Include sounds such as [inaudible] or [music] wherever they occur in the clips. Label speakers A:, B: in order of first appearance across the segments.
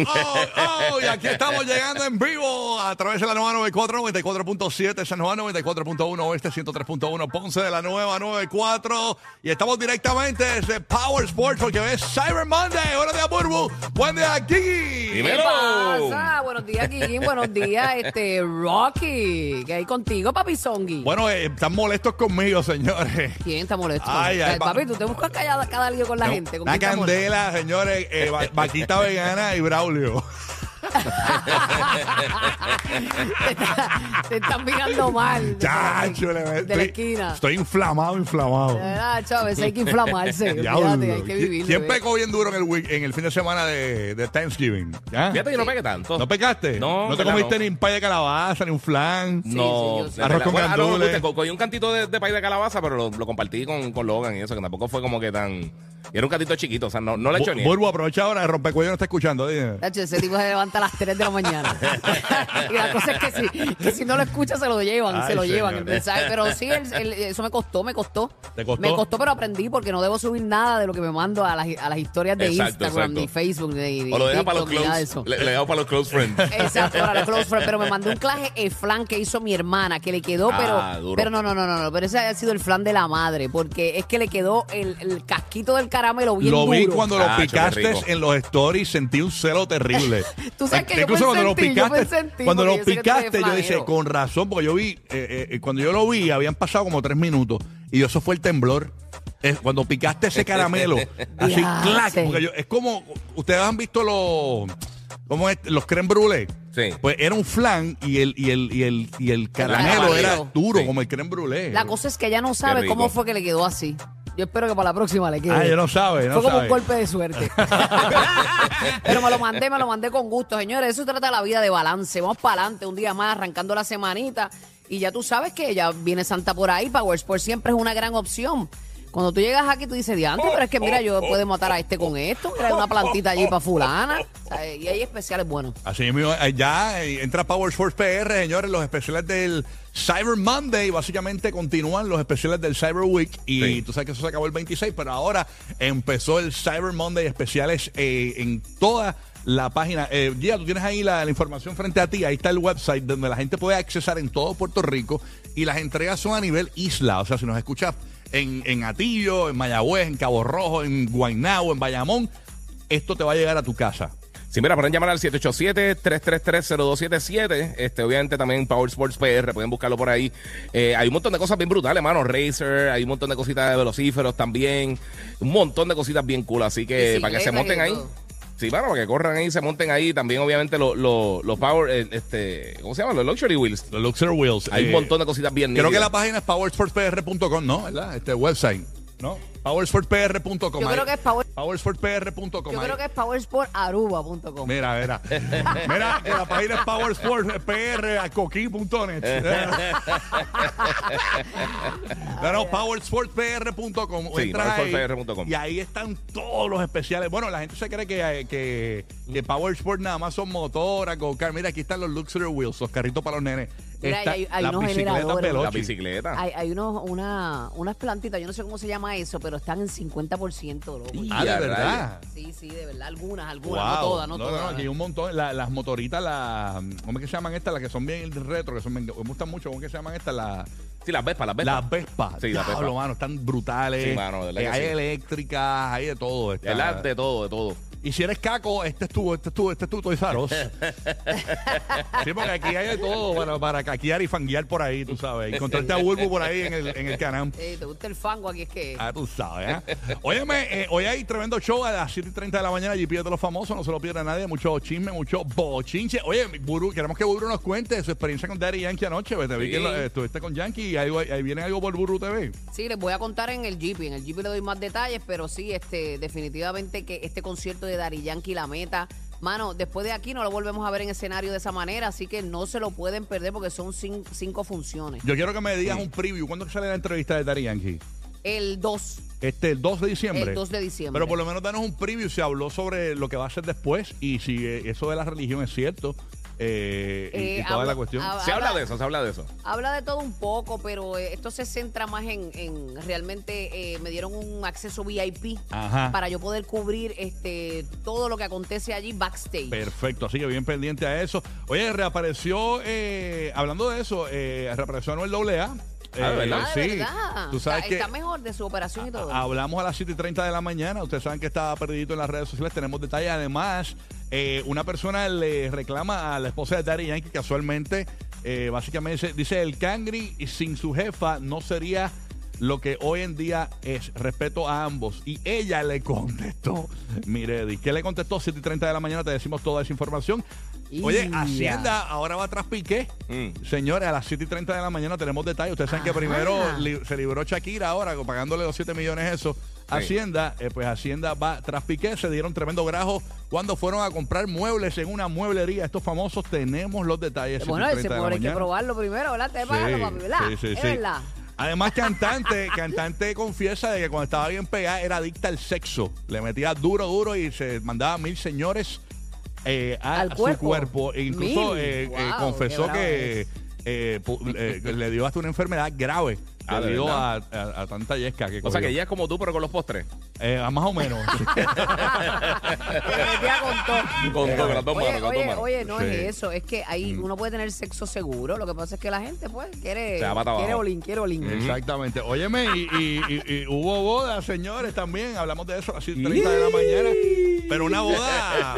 A: Oh, oh, oh, y aquí estamos llegando en vivo a través de la nueva 94, 94.7 San Juan, 94.1 Oeste, 103.1 Ponce de la nueva 94. Y estamos directamente desde Power Sports porque es Cyber Monday. Buenos días, Burbu. Buen día, Kiki.
B: ¿Qué
C: Dímelo.
B: pasa? Buenos días, Guillín. Buenos días, este Rocky. ¿Qué hay contigo, papi Songi?
A: Bueno, eh, están molestos conmigo, señores.
B: ¿Quién está molesto?
A: Ay, ay,
B: Eh,
A: pa-
B: papi, tú te buscas callada cada lío con la gente. ¿Con
A: La
B: quién te molestas?
A: candela, señores, eh, va- vaquita vegana y Braulio.
B: [laughs] Te están mirando mal.
A: Chacho, le
B: De la
A: estoy-
B: esquina.
A: Estoy inflamado, inflamado.
B: Eh, Nacho, a veces
A: [laughs]
B: hay que inflamarse.
A: Diablo.
B: Fíjate, hay que eh. vivir.
A: ¿Quién
B: bebé.
A: pecó bien duro en el, week- en el fin de semana de, de Thanksgiving? ¿Ya?
C: Fíjate, yo no pegué tanto.
A: ¿No pecaste?
C: No,
A: te
C: ¿verdad?
A: comiste
C: no.
A: ni un pay de calabaza, ni un flan.
C: No,
B: sí, yo sí.
C: de
A: Arroz
C: verdad.
A: con
C: Bueno, ah, no, me
A: gandules.
C: gusta. Co- Cogí un cantito de, de país de calabaza, pero lo, lo compartí con, con Logan y eso, que tampoco fue como que tan. y era un cantito chiquito, o sea, no, no le he hecho
A: Bu-
C: ni.
A: Burbu, aprovecha ahora, el rompecuello no está escuchando. dime.
B: Nacho, ese tipo se levanta a las 3 de la mañana. y la cosa es que si, que si no lo escucha, se lo llevan,
A: Ay,
B: se lo llevan.
A: señor.
B: el mensaje. Pero sí, el- el- eso me costó, me costó.
A: ¿Te costó?
B: Me costó, pero aprendí porque no debo subir nada de lo que me mando a las, a las historias de
C: Exacto,
B: Instagram,
C: exacto.
B: ni Facebook, ni, ni
C: o lo deja para los
B: TikTok, ni nada de
C: close.
B: eso.
C: Le, le dejo para los close friends.
B: [laughs] Exacto, para los close friends, pero me mandó un claje el flan que hizo mi hermana, que le quedó,
C: Ah,
B: pero,
C: duro.
B: pero no, no, no, no, no, pero ese ha sido el flan de la madre, porque es que le quedó el, el casquito del caramelo bien
A: Lo vi
B: duro.
A: cuando lo
C: Ah, qué
A: picaste
C: rico.
A: en los stories, sentí un celo terrible.
B: [laughs] Tú sabes que yo
A: Incluso cuando
B: pensé en
A: lo
B: ti, yo
A: picaste,
B: pensé en ti,
A: cuando
B: porque
A: lo
B: yo sé que tú eres
A: picaste, yo dije,
B: flanero.
A: con razón, porque yo vi, eh, eh, cuando yo lo vi, habían pasado como tres minutos y eso fue el temblor. Es cuando picaste ese
C: [laughs]
A: caramelo, así,
B: Ya,
A: clac,
B: sí.
A: porque yo- es como, ustedes han visto los, ¿cómo es? Los creme brulee.
C: Sí.
A: Pues era un flan y el, y el, y el, y el caramelo
B: caramelo.
A: era duro
C: Sí.
A: como el creme brulee.
B: La cosa es que ella no sabe
C: rico.
B: cómo fue que le quedó así. Yo espero que para la próxima le quede.
A: Ah, ella no sabe, no
B: Fue como
A: sabe.
B: un golpe
A: [laughs]
B: de suerte. Pero me lo mandé, me lo mandé con gusto, señores. Eso trata la vida de balance. Vamos para adelante un día más, arrancando la semanita. Y ya tú sabes que ya viene Santa por ahí. Power Sport siempre es una gran opción. Cuando tú llegas aquí, tú dices, diante, pero es que mira, yo puedo matar a este con esto. Mira, hay una plantita allí para fulana. O sea, Y hay especiales buenos.
A: Así mismo, eh, ya eh, entra Power Sports PR, señores, los especiales del Cyber Monday. Básicamente continúan los especiales del Cyber Week. Y
C: Sí.
A: tú sabes que eso se acabó el 26, pero ahora empezó el Cyber Monday especiales eh, en toda la página. Eh, Gia, tú tienes ahí la, la información frente a ti. Ahí está el website donde la gente puede accesar en todo Puerto Rico. Y las entregas son a nivel isla. O sea, si nos escuchas en, en Atillo, en Mayagüez, en Cabo Rojo, en Guaynabo, en Bayamón, esto te va a llegar a tu casa.
C: Sí, mira, pueden llamar al 787-333-0277. Este, obviamente también Power Sports PR, pueden buscarlo por ahí. Eh, hay un montón de cosas bien brutales, mano. Racer, hay un montón de cositas de velocíferos también. Un montón de cositas bien cool. Así que
B: Bicicleta
C: para que se
B: y
C: monten ahí.
B: todo.
C: Sí, mano, para que corran ahí, se monten ahí. También, obviamente, los los los Power, eh, este, ¿cómo se llama? Los Luxury Wheels.
A: Los Luxor Wheels.
C: Hay un
A: eh,
C: montón de cositas bien
A: Creo que
C: nítidas.
A: la página es powersportspr.com, ¿no? ¿Verdad? Este website, ¿no? powersportpr.com.
B: Yo creo
A: ahí.
B: que es power-
A: powersportpr.com.
B: Yo
A: ahí.
B: creo que es powersportaruba.com.
A: Mira, mira. Mira, que la página es powersportpr.coquí.net. no, no, powersportpr.com.
C: Sí,
A: Entras ahí
C: powersportpr.com.
A: Y ahí están todos los especiales. Bueno, la gente se cree que, eh, que, que Powersport nada más son motoras, go Mira, aquí están los Luxury Wheels, los carritos para los nenes.
B: Mira,
A: Está
B: hay- hay
A: la
B: unos
A: bicicleta
B: generadores.
A: Veloci.
C: La bicicleta.
B: Hay, hay unos, una, unas plantitas, yo no sé cómo se llama eso, pero están en 50%, loco.
C: Y-
A: Ah, de
C: Ya,
A: verdad.
B: Sí, sí, de verdad, algunas, algunas,
A: Wow.
B: no todas, no, todas.
A: aquí hay un montón. La- las motoritas, las. ¿Cómo es que se llaman estas? Las que son bien retro, que son, me gustan mucho. ¿Cómo es que se llaman estas? Las
C: Sí, las Vespa, las Vespa.
A: las Vespa.
C: Sí, las
A: Diablo,
C: Vespa.
A: mano, están brutales.
C: Sí, mano, de verdad
A: Eh,
C: que
A: hay
C: sí.
A: eléctricas, hay de todo. está-
C: ¿Verdad? De todo, de todo.
A: Y si eres caco, este es tu, este es tu, este es tu Toys R
C: [laughs]
A: Us. sí, porque aquí hay de todo para, para caquear y fanguear por ahí, tú sabes. Encontrarte a Burbu por ahí en el, en el canal.
B: Eh, ¿Te gusta el fango aquí? Es que...
A: Ah, tú sabes, ¿eh? Óyeme, eh, hoy hay tremendo show a las 7 y 30 de la mañana. GP de los famosos, no se lo pierda nadie. Mucho chisme, mucho bochinche. Oye, Buru, queremos que Buru nos cuente su experiencia con Daddy Yankee anoche. Te vi
C: Sí.
A: que lo- eh, estuviste con Yankee y ahí, ahí viene algo por Buru TV.
B: Sí, les voy a contar en el GP. En el GP le doy más detalles, pero sí, este, definitivamente que este concierto de Dari Yankee, la meta, Mano, después de aquí no lo volvemos a ver en escenario de esa manera, así que no se lo pueden perder porque son cin- cinco funciones.
A: Yo quiero que me digas un preview. ¿Cuándo sale la entrevista de Dari Yankee?
B: El 2.
A: Este, el 2 de diciembre.
B: El 2 de diciembre.
A: Pero por lo menos danos un preview. Se habló sobre lo que va a hacer después y si eh, eso de la religión es cierto eh, y-
B: Eh,
A: y, toda
B: habla-
A: la cuestión.
B: hab-
C: Se habla
B: habla-
C: de eso, se habla de eso.
B: Habla de todo un poco, pero eh, esto se centra más en, en realmente eh, me dieron un acceso VIP
A: Ajá.
B: para yo poder cubrir este todo lo que acontece allí backstage.
A: Perfecto, así que bien pendiente a eso. Oye, reapareció, eh, hablando de eso, eh, reapareció Anuel AA.
C: Ah,
A: Eh,
C: ¿de verdad?
B: Ah, de
A: sí.
B: verdad.
A: Tú sabes
B: está,
A: que
B: está mejor de su operación y todo.
A: a- hablamos a las 7 y 30 de la mañana. Ustedes saben que está perdido en las redes sociales. Tenemos detalles. Además, eh, una persona le reclama a la esposa de Daddy Yankee, casualmente, eh, básicamente dice, dice, el Cangri sin su jefa no sería lo que hoy en día es respeto a ambos. Y ella le contestó, Miredi, ¿qué le contestó? 7 y 30 de la mañana te decimos toda esa información. Oye,
B: Ya.
A: Hacienda ahora va tras Piqué.
C: Mm.
A: Señores, a las 7 y 30 de la mañana tenemos detalles. Ustedes saben que
B: Ajá.
A: primero li- se libró Shakira ahora, pagándole los 7 millones eso. Hacienda, eh, pues Hacienda va tras Piqué, se dieron tremendo grajo cuando fueron a comprar muebles en una mueblería. Estos famosos tenemos los detalles.
B: bueno,
A: 7 y 30 de
B: ese
A: la
B: pobre hay que
A: mañana.
B: probarlo primero, ¿verdad? Te
A: Sí,
B: pagan, papi, ¿verdad?
A: sí, sí,
B: es
A: sí.
B: verdad. [laughs]
A: Además, cantante, cantante confiesa de que cuando estaba bien pegada era adicta al sexo. Le metía duro, duro y se mandaba mil señores eh, a
B: Al
A: su
B: cuerpo.
A: cuerpo. E incluso
B: Mil.
A: eh, eh,
B: Wow,
A: confesó
B: qué
A: que eh, pu- eh, que le dio hasta una enfermedad grave.
C: Ah,
A: le
C: ¿de
A: dio a,
C: verdad?
A: a- a tanta yesca que
C: O sea
A: cogió.
C: que ella es como tú, pero con los postres.
A: Eh, más o menos.
B: Te metía con
A: [laughs]
B: todo.
C: Con todo, con las dos
B: Oye,
C: manos, con las dos
B: oye,
C: manos.
B: oye, no
A: Sí. Mm.
B: es eso, es que ahí uno puede tener sexo seguro, lo que pasa es que la gente pues quiere
C: Se va para
B: quiere
C: abajo.
B: olín, quiere olín.
A: Exactamente. Óyeme, y, y- y- y hubo boda, señores, también. Hablamos de eso a las 30 de la mañana. Pero una boda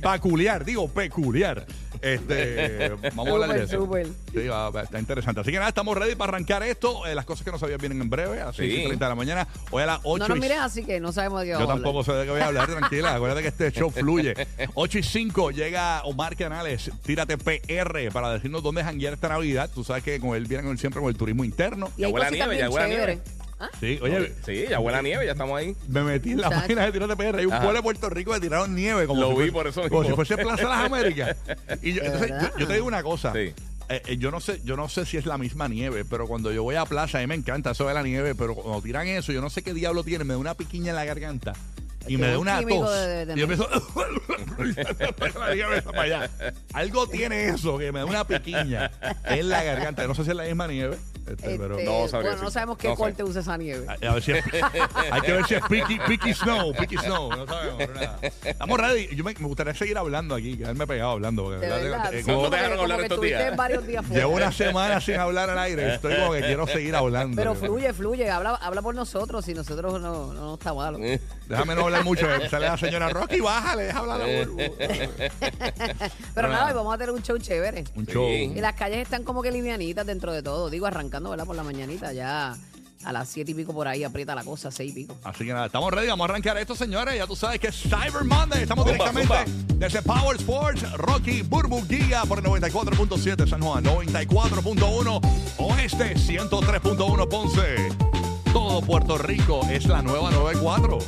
A: peculiar, digo, peculiar. Este, vamos a hablar de
B: Súper,
A: eso.
B: súper.
A: Sí, va- va- está interesante. Así que nada, estamos ready para arrancar esto. Eh, las cosas que no sabías vienen en breve, a las
C: Sí.
A: 6 y 30 de la mañana. Hoy a las 8
B: No nos
A: y
B: mires así que no sabemos de qué
A: yo
B: vamos a hablar.
A: tampoco sé de qué voy a hablar,
B: [laughs]
A: tranquila. Acuérdate que este show fluye. 8 y 5 llega Omar Canales, tírate PR para decirnos dónde janguear esta Navidad. Tú sabes que con él viene con- siempre con el turismo interno.
B: Y
C: Ya
B: hay
C: huele a
B: cositas
C: nieve, ya
B: bien
C: huele a nieve.
B: chéveres. ¿Ah?
A: Sí, oye,
C: Sí, ya huele a nieve, ya estamos ahí.
A: me metí en la
B: Exacto.
A: página de Tírate PR. Hay un
C: Ajá.
A: pueblo de Puerto Rico que tiraron nieve. Como
C: Lo
A: si
C: vi
A: fuese-
C: por eso
A: Como si
C: mismo.
A: fuese Plaza de las Américas. Y
B: [laughs]
A: yo, entonces,
B: verdad.
A: yo- yo te digo una cosa.
C: Sí.
A: Eh, eh, yo no sé yo no sé si es la misma nieve, pero cuando yo voy a plaza, a mí me encanta eso de la nieve, pero cuando tiran eso, yo no sé qué diablo tiene, me da una piquiña en la garganta y
B: Es
A: me
B: que
A: da
B: un
A: una
B: químico
A: tos.
B: debe tener.
A: y yo empiezo [laughs] la nieve está para allá. Algo tiene eso que me da una piquiña en la garganta. No sé si es la misma nieve, este, pero
B: Este,
C: No sabría
B: bueno, no
C: decirte.
B: sabemos qué
C: No sé.
B: corte usa esa nieve.
A: a- a ver si es- hay que ver si es Picky, picky Snow, Picky Snow, no sabemos. pero nada. Estamos ready. Yo me, me gustaría seguir hablando aquí, quedarme pegado hablando. porque
B: De verdad,
A: eh,
B: sí,
C: ¿cómo
A: como-
B: como
C: te dejaron
B: que- como
C: hablar
B: que
C: estos
B: estuviste
C: días?
B: varios días fuera.
A: Llevo una semana sin hablar al aire. Estoy como que quiero seguir hablando.
B: Pero
A: Yo-
B: fluye, fluye, habla, habla por nosotros, si nosotros no, no, no está malo.
C: Eh.
A: Déjame no hablar mucho. que Sale la señora Rocky, bájale, deja hablar a Burbu.
B: Pero
A: Nada.
C: Ah.
B: nada, hoy vamos a tener un show chévere.
A: Un
C: Sí.
A: show.
B: Y las calles están como que livianitas dentro de todo, digo, arrancando, ¿verdad? Por la mañanita, ya a las siete y pico por ahí aprieta la cosa, seis y pico.
A: Así que nada, estamos ready, vamos a arrancar esto, señores. Ya tú sabes que es Cyber Monday. Estamos
C: Zumba,
A: directamente desde Power Sports, Rocky Burbu Guía por el 94.7 San Juan, 94.1 Oeste, 103.1 Ponce. Todo Puerto Rico es la nueva 94.